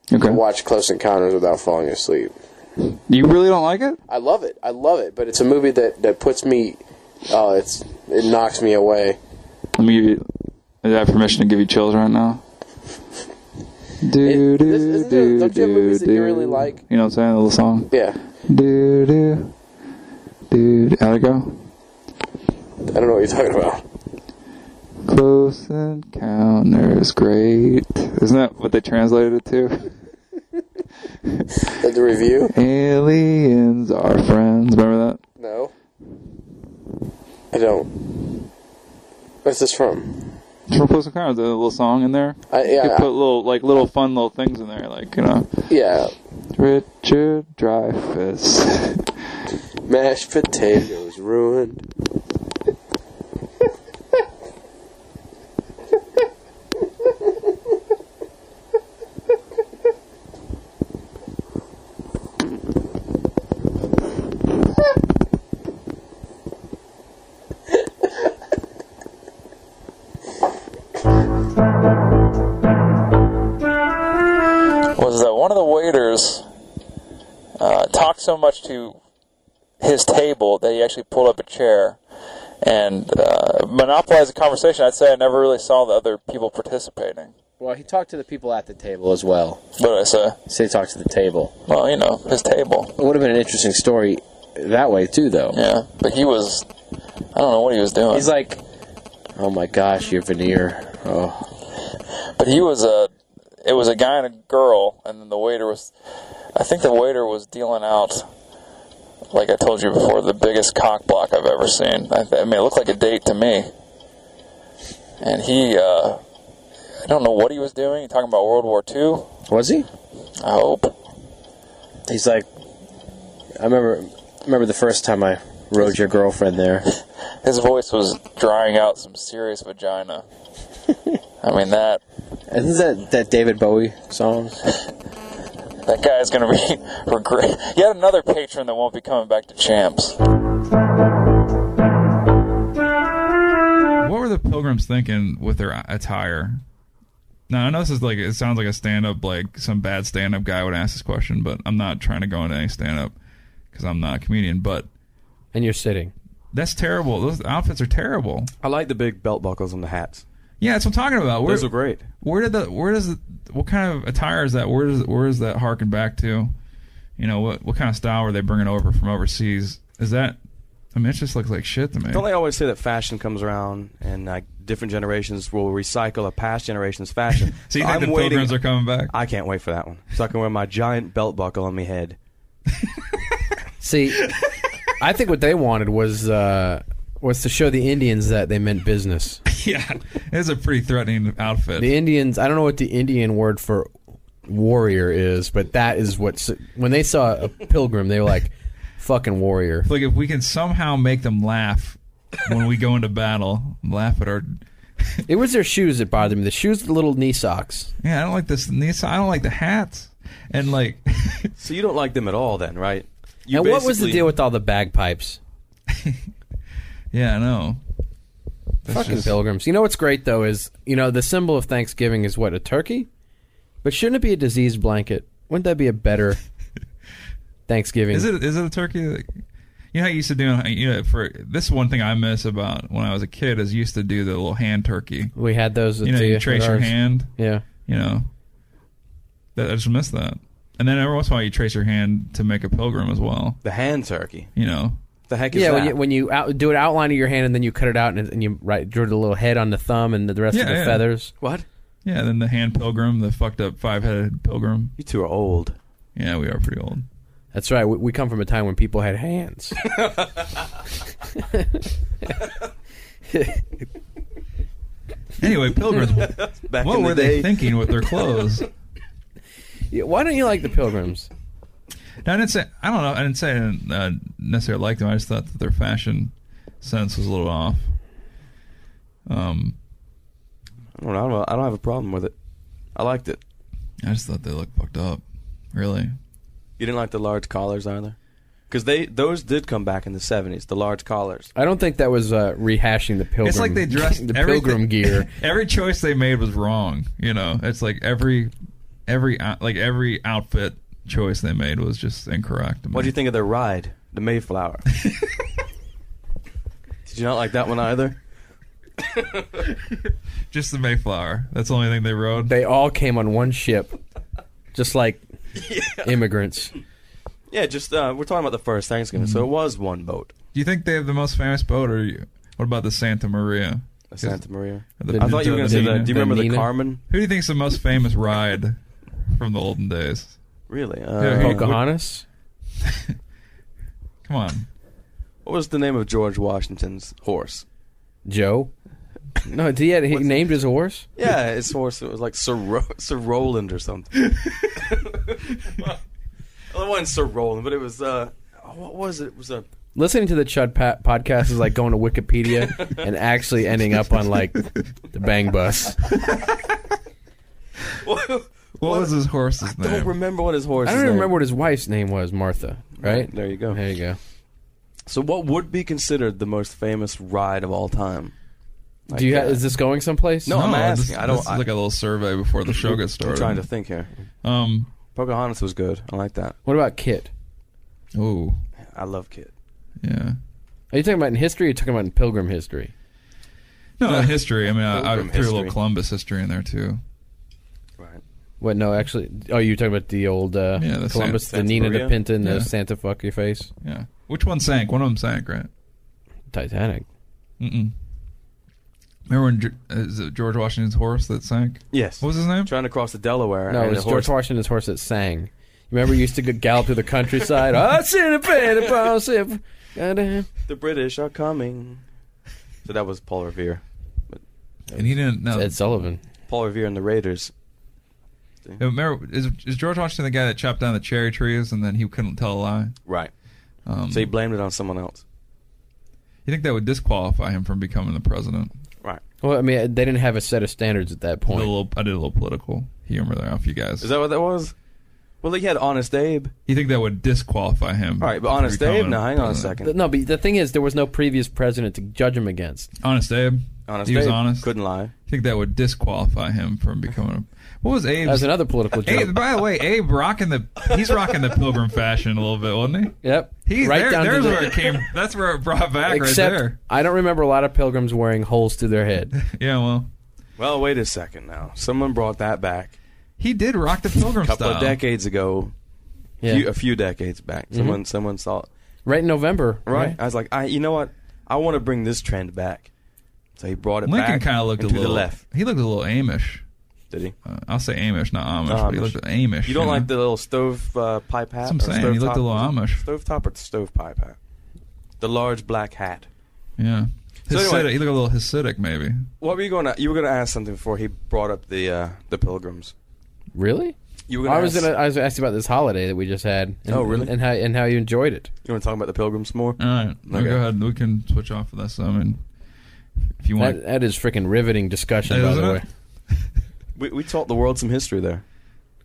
Speaker 10: to
Speaker 7: Okay.
Speaker 10: watch Close Encounters without falling asleep.
Speaker 7: You really don't like it?
Speaker 10: I love it. I love it. But it's a movie that, that puts me. Oh, it's it knocks me away.
Speaker 7: Let me give you. I have permission to give you chills right now. Do,
Speaker 10: It-
Speaker 7: do,
Speaker 10: this- isn't there-
Speaker 7: do,
Speaker 10: don't you have
Speaker 7: do,
Speaker 10: movies that you really
Speaker 7: do.
Speaker 10: like?
Speaker 7: You know what I'm saying? The little song.
Speaker 10: Yeah,
Speaker 7: Do, do, do. do. How'd it go?
Speaker 10: I don't know what you're talking about.
Speaker 7: Close Encounters, great. Isn't that what they translated it to?
Speaker 10: Did the review?
Speaker 7: Aliens are friends. Remember that?
Speaker 10: No, I don't. What's this from?
Speaker 7: It's from Close Encounters. There's a little song in there.
Speaker 10: I,
Speaker 7: You
Speaker 10: yeah,
Speaker 7: put little, like little fun little things in there, like you know,
Speaker 10: I- yeah.
Speaker 7: Richard Dreyfuss.
Speaker 10: Mashed potatoes ruined.
Speaker 8: was that one of the waiters uh, talked so much to his table that he actually pulled up a chair and uh, monopolized the conversation. I'd say I never really saw the other people participating.
Speaker 6: Well, he talked to the people at the table as well.
Speaker 8: What did I say?
Speaker 6: So he talked to the table.
Speaker 8: Well, you know, his table.
Speaker 6: It would have been an interesting story that way too, though.
Speaker 8: Yeah, but he was. I don't know what he was doing.
Speaker 6: He's like, "Oh my gosh, your veneer." Oh,
Speaker 8: but he was a. It was a guy and a girl, and then the waiter was. I think the waiter was dealing out. Like I told you before, the biggest cock block I've ever seen. I, I mean, it looked like a date to me. And he, uh, I don't know what he was doing. He talking about World War II,
Speaker 6: was he?
Speaker 8: I hope.
Speaker 6: He's like, I remember, remember the first time I rode your girlfriend there.
Speaker 8: His voice was drying out some serious vagina. I mean, that
Speaker 6: Isn't that that David Bowie song?
Speaker 8: That guy's going to be regret. Yet another patron that won't be coming back to champs.
Speaker 4: What were the pilgrims thinking with their attire? Now I know this is like it sounds like a stand-up, like some bad stand-up guy would ask this question, but I'm not trying to go into any stand-up because I'm not a comedian. But
Speaker 3: And you're sitting.
Speaker 4: that's terrible. Those outfits are terrible.
Speaker 11: I like the big belt buckles on the hats.
Speaker 4: Yeah, that's what I'm talking about. Where,
Speaker 11: Those are great.
Speaker 4: where did the where does the, what kind of attire is that? Where does where is that harken back to? You know what what kind of style were they bringing over from overseas? Is that I mean, it just looks like shit to me.
Speaker 11: Don't they always say that fashion comes around and like different generations will recycle a past generation's fashion?
Speaker 4: so you think
Speaker 11: I'm
Speaker 4: the
Speaker 11: waiting-
Speaker 4: pilgrims are coming back?
Speaker 11: I can't wait for that one. So I can wear my giant belt buckle on my head.
Speaker 3: See, I think what they wanted was uh, was to show the Indians that they meant business.
Speaker 4: yeah, it's a pretty threatening outfit.
Speaker 3: The Indians, I don't know what the Indian word for warrior is, but that is what when they saw a pilgrim, they were like, "Fucking warrior."
Speaker 4: like if we can somehow make them laugh when we go into battle, laugh at our.
Speaker 3: It was their shoes that bothered me. The shoes, the little knee socks.
Speaker 4: Yeah, I don't like this. I don't like the hats and like.
Speaker 11: So you don't like them at all, then, right? You
Speaker 3: and what was the
Speaker 11: basically-
Speaker 3: deal with all the bagpipes?
Speaker 4: yeah, I know. That's
Speaker 3: Fucking
Speaker 4: just-
Speaker 3: pilgrims. You know what's great though is you know the symbol of Thanksgiving is what a turkey, but shouldn't it be a disease blanket? Wouldn't that be a better Thanksgiving?
Speaker 4: Is it is it a turkey? that- You know how you used to do you know for this one thing I miss about when I was a kid is you used to do the little hand turkey.
Speaker 3: We had those. At
Speaker 4: You know,
Speaker 3: the,
Speaker 4: you trace
Speaker 3: at
Speaker 4: your
Speaker 3: ours.
Speaker 4: hand.
Speaker 3: Yeah.
Speaker 4: You know, that, I just miss that. And then every once in a while you trace your hand to make a pilgrim as well.
Speaker 11: the hand turkey?
Speaker 4: You know,
Speaker 11: The heck is
Speaker 3: Yeah, when
Speaker 11: that?
Speaker 3: you, when you out, do an outline of your hand and then you cut it out and, and you right, drew the little head on the thumb and the rest of
Speaker 4: Yeah,
Speaker 3: the
Speaker 4: yeah.
Speaker 3: feathers.
Speaker 11: what?
Speaker 4: yeah. Then the hand pilgrim, the fucked up five headed pilgrim.
Speaker 11: You two are old.
Speaker 4: Yeah, we are pretty old.
Speaker 3: That's right. We, we come from a time when people had hands.
Speaker 4: Anyway, pilgrims,
Speaker 11: Back
Speaker 4: what
Speaker 11: in the
Speaker 4: were
Speaker 11: day,
Speaker 4: they thinking with their clothes?
Speaker 3: Yeah, Why don't you like the pilgrims?
Speaker 4: No, I didn't say. I don't know. I didn't say I didn't uh, necessarily like them. I just thought that their fashion sense was a little off. Um,
Speaker 11: I don't, know, I don't have a problem with it. I liked it.
Speaker 4: I just thought they looked fucked up. Really?
Speaker 11: You didn't like the large collars either, because they those did come back in the seventies. The large collars.
Speaker 3: I don't think that was uh, rehashing the pilgrim.
Speaker 4: It's like they dressed
Speaker 3: the
Speaker 4: everything-
Speaker 3: pilgrim gear.
Speaker 4: every choice they made was wrong. You know, it's like every every out- like every outfit choice they made was just incorrect. to me.
Speaker 11: What do you think of their ride, the Mayflower? did you not like that one either?
Speaker 4: Just the Mayflower. That's the only thing they rode.
Speaker 3: They all came on one ship, just like immigrants.
Speaker 11: Yeah, just uh, we're talking about the first Thanksgiving, so it was one boat,
Speaker 4: do you think they have the most famous boat, or you, what about the Santa Maria?
Speaker 11: the Santa Maria.
Speaker 4: The-
Speaker 11: I thought you were going to
Speaker 4: the-
Speaker 11: say the. Do you
Speaker 3: the
Speaker 11: remember the
Speaker 3: Nina?
Speaker 11: Carmen?
Speaker 4: Who do you think's the most famous ride from the olden days?
Speaker 11: Really?
Speaker 4: Yeah,
Speaker 11: Uh,
Speaker 4: he-
Speaker 3: Pocahontas.
Speaker 4: Come on.
Speaker 11: what was the name of George Washington's horse?
Speaker 3: Joe. No, he, had, he named his horse.
Speaker 11: Yeah, his horse. It was like Sir, Ro- Sir Roland or something. well, it wasn't Sir Roland, but it was. Uh, what was it? It was a.
Speaker 3: Listening to the Chud Pat podcast is like going to Wikipedia and actually ending up on like the Bang Bus.
Speaker 11: what
Speaker 4: What was his horse's
Speaker 11: I don't
Speaker 4: name?
Speaker 11: remember what his horse.
Speaker 3: I don't even remember what his wife's name was, Martha. Right
Speaker 11: There you go.
Speaker 3: there, you go.
Speaker 11: So, what would be considered the most famous ride of all time? Like,
Speaker 3: Do you? Ha-
Speaker 11: uh,
Speaker 3: is this going someplace?
Speaker 11: No, I'm asking.
Speaker 4: This,
Speaker 11: I don't-
Speaker 4: This
Speaker 11: I-
Speaker 4: is like a little survey before the show gets started.
Speaker 11: I'm trying to think here.
Speaker 4: Um.
Speaker 11: Pocahontas was good. I like that.
Speaker 3: What about Kit?
Speaker 4: Oh.
Speaker 11: I love Kid.
Speaker 4: Yeah.
Speaker 3: Are you talking about in history? Or are you talking about in pilgrim history?
Speaker 4: No, in history. I mean, I, I
Speaker 11: Pilgrim
Speaker 4: threw a
Speaker 11: history.
Speaker 4: little Columbus history in there too.
Speaker 11: Right.
Speaker 3: What? No, actually. Oh, you're talking about the old uh,
Speaker 4: Yeah, the
Speaker 3: Columbus,
Speaker 11: Santa-
Speaker 3: the Nina
Speaker 11: Santa
Speaker 3: de Pinta, and
Speaker 4: Yeah.
Speaker 3: the Santa fuck your face,
Speaker 4: Yeah. Which one sank? One of them sank, right?
Speaker 3: Titanic.
Speaker 4: Mm-mm. Remember when Ge- is it George Washington's horse that sank?
Speaker 11: Yes.
Speaker 4: What was his name?
Speaker 11: Trying to cross the Delaware.
Speaker 3: No,
Speaker 11: and
Speaker 3: it
Speaker 11: the
Speaker 3: was
Speaker 11: horse-
Speaker 3: George Washington's horse that sang. Remember, he used to go gallop through the countryside.
Speaker 12: "Ah,
Speaker 3: I sit a bed upon a sip. Goddamn.
Speaker 11: The British are coming. So that was Paul Revere.
Speaker 4: And he didn't. No.
Speaker 3: Ed Sullivan.
Speaker 11: Paul Revere and the Raiders.
Speaker 4: Remember, is, is George Washington the guy that chopped down the cherry trees and then he couldn't tell a lie?
Speaker 11: Right.
Speaker 4: Um,
Speaker 11: So he blamed it on someone else.
Speaker 4: you think that would disqualify him from becoming the president?
Speaker 11: Right.
Speaker 3: Well, I mean, they didn't have a set of standards at that
Speaker 4: I did a
Speaker 3: point.
Speaker 4: little, I did a little political humor there off you guys.
Speaker 11: Is that what that was?
Speaker 8: Well, he had Honest Abe.
Speaker 4: You think that would disqualify him?
Speaker 8: All right, but Honest Abe. Now, hang on a
Speaker 12: The-
Speaker 8: second.
Speaker 12: No, but the thing is, there was no previous president to judge him against.
Speaker 4: Honest Abe.
Speaker 8: Honest
Speaker 4: he was
Speaker 8: Abe.
Speaker 4: honest.
Speaker 8: Couldn't lie.
Speaker 4: I think that would disqualify him from becoming a. What was Abe's?
Speaker 12: That was another political joke.
Speaker 4: Abe, by the way, Abe rocking the he's rocking the pilgrim fashion a little bit, wasn't he?
Speaker 12: Yep.
Speaker 4: He's
Speaker 12: right
Speaker 4: there,
Speaker 12: down
Speaker 4: there's
Speaker 12: to the,
Speaker 4: where it came. That's where it brought back
Speaker 12: Except
Speaker 4: right there.
Speaker 12: I don't remember a lot of pilgrims wearing holes through their head.
Speaker 4: Yeah, well,
Speaker 8: Well, wait a second now. Someone brought that back
Speaker 4: he did rock the pilgrim
Speaker 8: a couple
Speaker 4: style.
Speaker 8: of decades ago.
Speaker 12: Yeah.
Speaker 8: Few, a few decades back,
Speaker 11: Mm-hmm.
Speaker 8: someone someone saw it.
Speaker 12: Right in November.
Speaker 8: Right. I was like, I you know what? I want to bring this trend back. So he brought it
Speaker 4: Lincoln
Speaker 8: back.
Speaker 4: kind of looked a
Speaker 8: and to
Speaker 4: little
Speaker 8: the left.
Speaker 4: He looked a little Amish.
Speaker 8: Did he?
Speaker 4: Uh, I'll say Amish, not Amish.
Speaker 8: Not
Speaker 4: But he
Speaker 8: Amish.
Speaker 4: looked Amish.
Speaker 8: You don't
Speaker 4: know?
Speaker 8: like the little stove uh, pipe hat?
Speaker 4: Hmm. That's what I'm
Speaker 8: or
Speaker 4: saying. He
Speaker 8: stove
Speaker 4: looked a
Speaker 8: top-
Speaker 4: little Amish.
Speaker 8: Stove top or stove pipe hat? The large black hat.
Speaker 4: Yeah.
Speaker 8: So
Speaker 4: Hasidic.
Speaker 8: anyway-
Speaker 4: he looked a little Hasidic, maybe.
Speaker 8: What were you going to? You were going to ask something before he brought up the uh, the pilgrims.
Speaker 12: Really?
Speaker 8: You were going
Speaker 12: I
Speaker 8: to.
Speaker 12: was gonna, I was asked about this holiday that we just had. And,
Speaker 8: Oh, really?
Speaker 12: And how and how you enjoyed it?
Speaker 8: You want to talk about the pilgrims more?
Speaker 4: All right. Well,
Speaker 8: Okay.
Speaker 4: go ahead. We can switch off of this. I mean, if you want.
Speaker 12: That, that is freaking riveting discussion, by
Speaker 4: Isn't
Speaker 12: the
Speaker 4: it?
Speaker 12: way.
Speaker 8: We we taught the world some history there.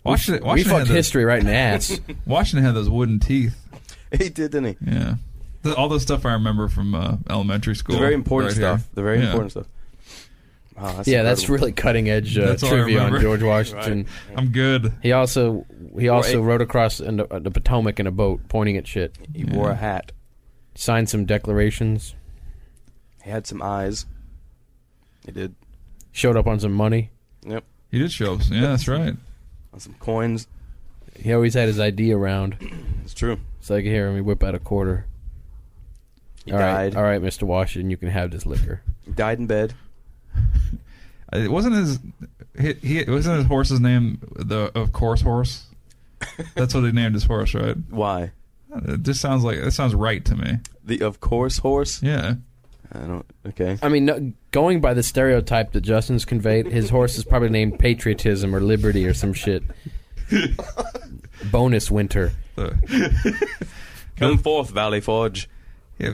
Speaker 4: Washington,
Speaker 12: We
Speaker 4: Washington,
Speaker 12: fucked
Speaker 4: had those,
Speaker 12: history right in the ass.
Speaker 4: Washington had those wooden teeth.
Speaker 8: He did, didn't he?
Speaker 4: Yeah. The, all the stuff I remember from uh, elementary school.
Speaker 8: The very important
Speaker 4: right here.
Speaker 8: stuff. The very
Speaker 4: Yeah.
Speaker 8: important stuff. Wow, that's
Speaker 12: yeah, that's
Speaker 8: incredible.
Speaker 12: really cutting edge uh,
Speaker 4: That's all I
Speaker 12: trivia on
Speaker 4: remember.
Speaker 12: George Washington.
Speaker 4: I'm good.
Speaker 12: He also he also
Speaker 8: it-
Speaker 12: rode across in the, uh, the Potomac in a boat, pointing at shit.
Speaker 8: He wore a hat.
Speaker 12: Signed some declarations.
Speaker 8: He had some eyes. He did.
Speaker 12: Showed up on some money.
Speaker 8: Yep.
Speaker 4: He did show up. Yeah, that's right.
Speaker 8: On some coins.
Speaker 12: He always had his ID around,
Speaker 8: It's true.
Speaker 12: so I could hear him whip out a quarter.
Speaker 8: He
Speaker 12: All right,
Speaker 8: died.
Speaker 12: all right, Mister Washington, you can have this liquor.
Speaker 8: He died in bed.
Speaker 4: Uh, It wasn't his. He, he it wasn't his horse's name. The of course horse. That's what he named his horse, right?
Speaker 8: Why?
Speaker 4: It just sounds like it sounds right to me.
Speaker 8: The of course horse.
Speaker 4: Yeah.
Speaker 8: I
Speaker 7: Oh,
Speaker 8: don't. Okay.
Speaker 12: I mean, no, going by the stereotype that Justin's conveyed, his horse is probably named Patriotism or Liberty or some shit. Bonus Winter.
Speaker 4: The,
Speaker 8: Come forth, Valley Forge.
Speaker 4: yeah.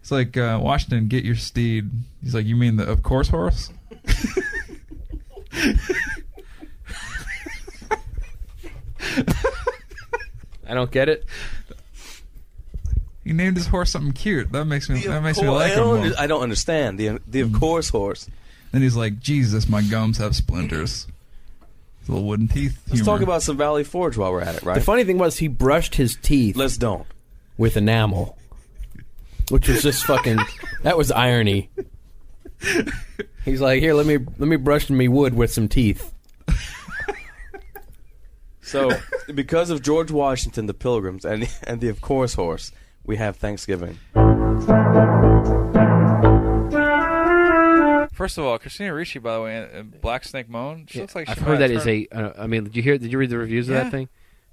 Speaker 4: It's like uh, Washington, get your steed. He's like, you mean the of course horse?
Speaker 12: I don't get it.
Speaker 4: He named his horse something cute. That makes me.
Speaker 8: The
Speaker 4: that
Speaker 8: of
Speaker 4: makes me
Speaker 8: cour-
Speaker 4: like
Speaker 8: I
Speaker 4: him.
Speaker 8: don't,
Speaker 4: More. Mm.
Speaker 8: under- I don't understand the the of course horse.
Speaker 4: Then he's like, Jesus, my gums have splinters. Little wooden teeth.
Speaker 8: Let's
Speaker 4: humor.
Speaker 8: talk about some Valley Forge while we're at it, right?
Speaker 12: The funny thing was, he brushed his teeth
Speaker 8: Let's don't.
Speaker 12: with enamel, which was just fucking. that was irony. He's like, here, let me let me brush me wood with some teeth.
Speaker 8: So, because of George Washington, the Pilgrims, and and the of course horse, we have Thanksgiving.
Speaker 4: First of all, Christina Ricci, by the way, in- in Black Snake Moan, she looks like
Speaker 3: I've
Speaker 4: she
Speaker 3: heard
Speaker 4: might
Speaker 3: that is
Speaker 4: turn-
Speaker 3: a. Uh, I mean, did you hear? Did you read the reviews of
Speaker 4: Yeah.
Speaker 3: that thing?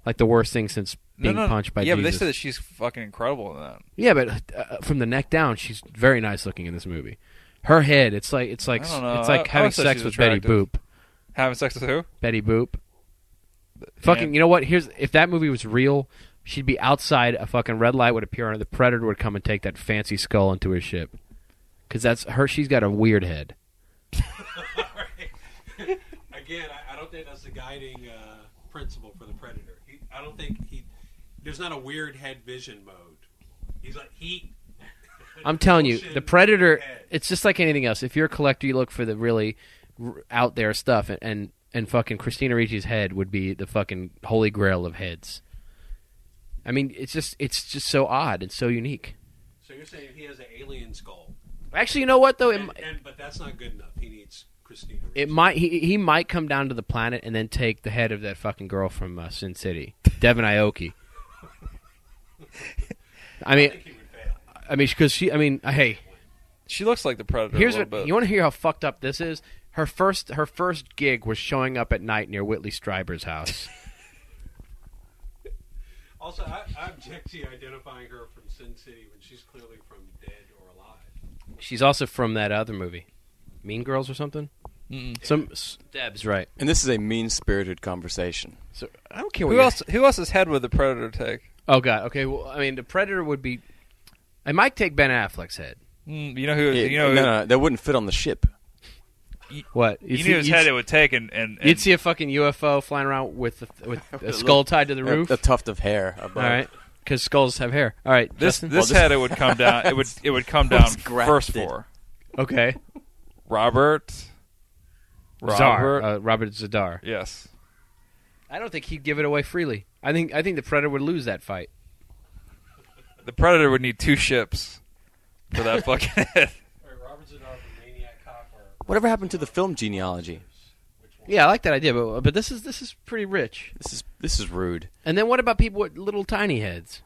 Speaker 3: Like the worst thing since
Speaker 4: No,
Speaker 3: being
Speaker 4: no, no.
Speaker 3: punched by
Speaker 4: yeah, but
Speaker 3: Jesus.
Speaker 4: they said that she's fucking incredible in that.
Speaker 3: yeah, but uh, from the neck down, she's very nice looking in this movie. Her head, it's like it's like
Speaker 4: I don't know.
Speaker 3: it's
Speaker 4: I- I
Speaker 3: like
Speaker 4: would
Speaker 3: having
Speaker 4: say
Speaker 3: sex
Speaker 4: she's
Speaker 3: with Betty
Speaker 4: attractive.
Speaker 3: Boop.
Speaker 4: Having sex with who?
Speaker 3: Betty Boop. Fucking, you know what? Here's if that movie was real, she'd be outside. A fucking red light would appear on her. The predator would come and take that fancy skull into his ship. Because that's her. She's got a weird head.
Speaker 5: Again, I, I don't think that's the guiding uh, principle for the predator. He, I don't think he. There's not a weird head vision mode. He's like he.
Speaker 3: I'm telling you, the
Speaker 5: Bullshit.
Speaker 3: predator.
Speaker 5: Head.
Speaker 3: It's just like anything else. If you're a collector, you look for the really r- out there stuff, and and, and fucking Christina Ricci's head would be the fucking holy grail of heads. I mean, it's just it's just so odd and so unique.
Speaker 5: So you're saying he has an alien skull,
Speaker 3: Actually, you know what though? It,
Speaker 5: and,
Speaker 3: mi-
Speaker 5: and- but that's not good enough. He needs Christina.
Speaker 3: it might he he might come down to the planet and then take the head of that fucking girl from uh, Sin City, Devin Aoki. I mean, I mean, because she, I mean, hey,
Speaker 4: She looks like the Predator.
Speaker 3: Here's
Speaker 4: a
Speaker 3: what
Speaker 4: little bit.
Speaker 3: you want to hear how fucked up this is. Her first her first gig was showing up at night near Whitley Strieber's house.
Speaker 5: Also, I, I object to you identifying her from Sin City when she's clearly from Dead or Alive.
Speaker 3: She's also from that other movie, Mean Girls or something. mm Some s- Deb's right.
Speaker 7: And this is a mean-spirited conversation.
Speaker 3: So I don't care what.
Speaker 4: who
Speaker 3: your-
Speaker 4: else? Who else's head would the Predator take?
Speaker 3: Oh god. Okay. Well, I mean, the Predator would be. I might take Ben Affleck's head.
Speaker 4: Mm, you know who?
Speaker 7: It-
Speaker 4: you know.
Speaker 7: no,
Speaker 4: who-
Speaker 7: no, that wouldn't fit on the ship.
Speaker 3: What?
Speaker 4: You
Speaker 3: You'd
Speaker 4: knew
Speaker 3: see-
Speaker 4: his
Speaker 3: you'd
Speaker 4: head
Speaker 3: see-
Speaker 4: it would take and- and-
Speaker 3: you'd
Speaker 4: and-
Speaker 3: see a fucking UFO flying around with the, with a
Speaker 4: With a
Speaker 3: skull
Speaker 4: little-
Speaker 3: tied to the
Speaker 4: a-
Speaker 3: roof,
Speaker 6: a tuft of hair above.
Speaker 3: All right, because skulls have hair. All right,
Speaker 4: This
Speaker 3: Justin?
Speaker 4: this head it would come down. It would it would come down
Speaker 3: It's
Speaker 4: first
Speaker 3: grafted.
Speaker 4: four.
Speaker 3: Okay.
Speaker 4: Robert.
Speaker 3: Czar,
Speaker 4: Robert.
Speaker 3: uh, Robert Zadar.
Speaker 4: Yes.
Speaker 3: I don't think he'd give it away freely. I think I think the Predator would lose that fight.
Speaker 4: The Predator would need two ships for that fucking head.
Speaker 6: Whatever happened to the film genealogy?
Speaker 3: Yeah, I like that idea, but but this is this is pretty rich.
Speaker 6: This is this is rude.
Speaker 3: And then what about people with little tiny heads?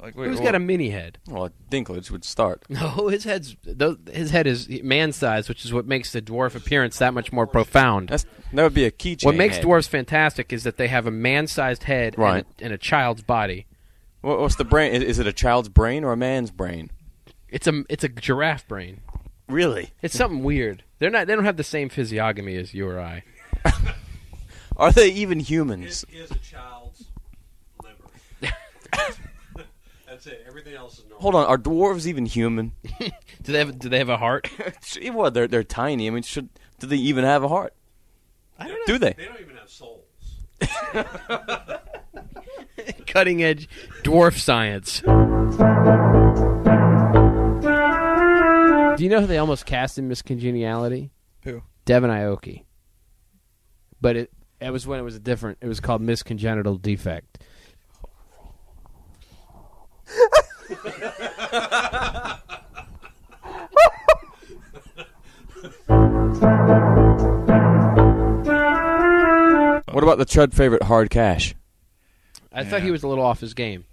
Speaker 4: Like,
Speaker 3: Who's got a mini head?
Speaker 6: Well, Dinklage would start.
Speaker 3: No, his head's tho- his head is man sized, which is what makes the dwarf appearance that much more profound.
Speaker 6: That's, that would be a keychain.
Speaker 3: What makes
Speaker 6: head.
Speaker 3: dwarves fantastic is that they have a man sized head and a-
Speaker 6: Right.
Speaker 3: and, a, child's body.
Speaker 6: What, what's the brain? Is, is it a child's brain or a man's brain?
Speaker 3: It's a it's a giraffe brain.
Speaker 6: Really?
Speaker 3: It's something weird. They're not they don't have the same physiognomy as you or I.
Speaker 6: Are they even humans?
Speaker 13: Is a child's liver. That's it. Everything else is normal.
Speaker 6: Hold on, are dwarves even human?
Speaker 3: do they have Do they have a heart?
Speaker 6: well, they're they're tiny. I mean, should do they even have a heart?
Speaker 3: I
Speaker 6: don't Do they?
Speaker 13: They don't even have souls.
Speaker 3: Cutting edge dwarf science. Do you know who they almost cast in Miss Congeniality?
Speaker 4: Who?
Speaker 3: Devin Ioki. But it it was when it was a different. It was called Miss Congenital Defect.
Speaker 6: What about the Chud favorite Hard Cash?
Speaker 3: I thought he was a little off his game.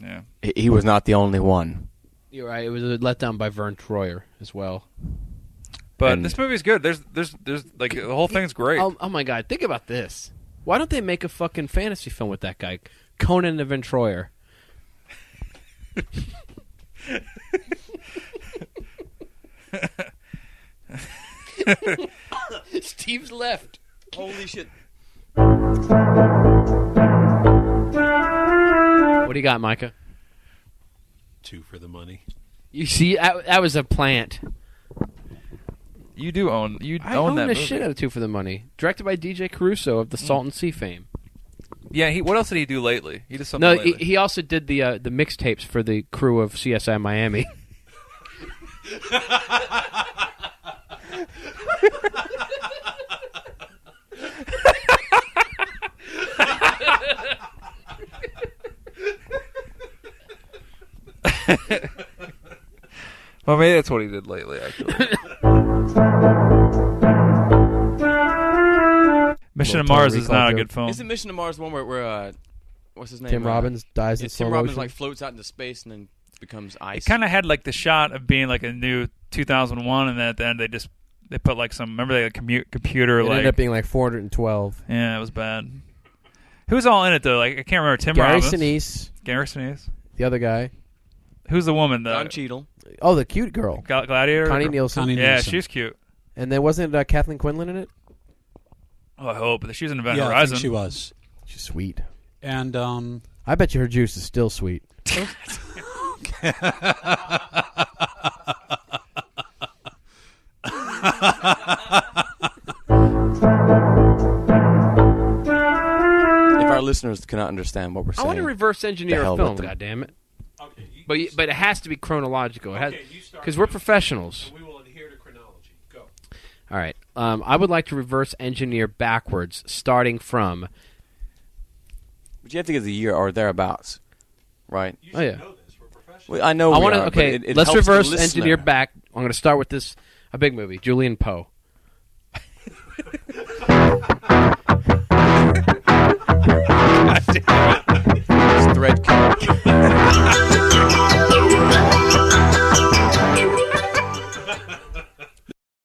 Speaker 4: Yeah,
Speaker 6: He, he was not the only one.
Speaker 3: you're right. It was a letdown by Vern Troyer as well.
Speaker 4: But
Speaker 6: And-
Speaker 4: this movie's good. There's there's there's like the whole thing's great.
Speaker 3: Oh, oh my god! Think about this. Why don't they make a fucking fantasy film with that guy, Conan the Ventroyer? Steve's left.
Speaker 6: Holy shit!
Speaker 3: What do you got, Micah?
Speaker 13: Two for the money.
Speaker 3: You see, that, that was a plant.
Speaker 4: You do own you
Speaker 3: I
Speaker 4: own
Speaker 3: own
Speaker 4: that
Speaker 3: the
Speaker 4: movie.
Speaker 3: shit out of Two for the Money, directed by DJ Caruso of the
Speaker 6: Mm.
Speaker 3: Salt and Sea fame.
Speaker 4: Yeah. He, what else did he do lately? He did something.
Speaker 3: No,
Speaker 4: lately.
Speaker 3: he, he also did the uh, the mixtapes for the crew of CSI Miami.
Speaker 4: well, maybe that's what he did lately. Actually. Mission to Mars is not a good film.
Speaker 6: Isn't Mission to Mars one where, where uh, what's his name?
Speaker 14: Tim
Speaker 6: Uh,
Speaker 14: Robbins dies in
Speaker 6: yeah,
Speaker 14: slow
Speaker 6: Tim Robbins
Speaker 14: motion.
Speaker 6: like floats out into space and then becomes ice.
Speaker 4: It kind of had like the shot of being like a new 2001, and then at the end they just they put like some remember they had a commu- computer
Speaker 14: It
Speaker 4: like
Speaker 14: ended up being like 412.
Speaker 4: yeah it was bad. Who's all in it though? Like I can't remember. Tim
Speaker 14: Gary
Speaker 4: Robbins,
Speaker 14: Sinise.
Speaker 4: Gary Sinise.
Speaker 14: The other guy.
Speaker 4: Who's the woman though?
Speaker 6: Don Cheadle.
Speaker 14: Oh, the cute girl.
Speaker 4: Gla- Gladiator.
Speaker 14: Connie Nielsen.
Speaker 4: yeah, she was cute.
Speaker 14: And then wasn't uh, Kathleen Quinlan in it?
Speaker 4: Oh, I hope she was in Event
Speaker 13: Yeah, I think
Speaker 4: Horizon.
Speaker 13: she was.
Speaker 14: She's sweet.
Speaker 13: And um,
Speaker 14: I bet you her juice is still sweet.
Speaker 6: if our listeners cannot understand what we're
Speaker 3: I
Speaker 6: saying,
Speaker 3: want to reverse engineer
Speaker 6: the
Speaker 3: a
Speaker 6: hell with
Speaker 3: film.
Speaker 6: them.
Speaker 3: God damn it! but you- but it has to be chronological. It has because we're professionals. We will adhere to chronology. Go. All right. Um, I would like to reverse engineer backwards, starting from.
Speaker 6: But you have to get the year or thereabouts, right?
Speaker 3: Oh yeah.
Speaker 6: Well, I know.
Speaker 3: I
Speaker 6: we
Speaker 3: wanna-
Speaker 6: are, but
Speaker 3: Okay,
Speaker 6: it- it
Speaker 3: let's
Speaker 6: helps the
Speaker 3: reverse
Speaker 6: listener.
Speaker 3: engineer back. I'm going to start with this a big movie, Julian Poe.
Speaker 6: It's thread count.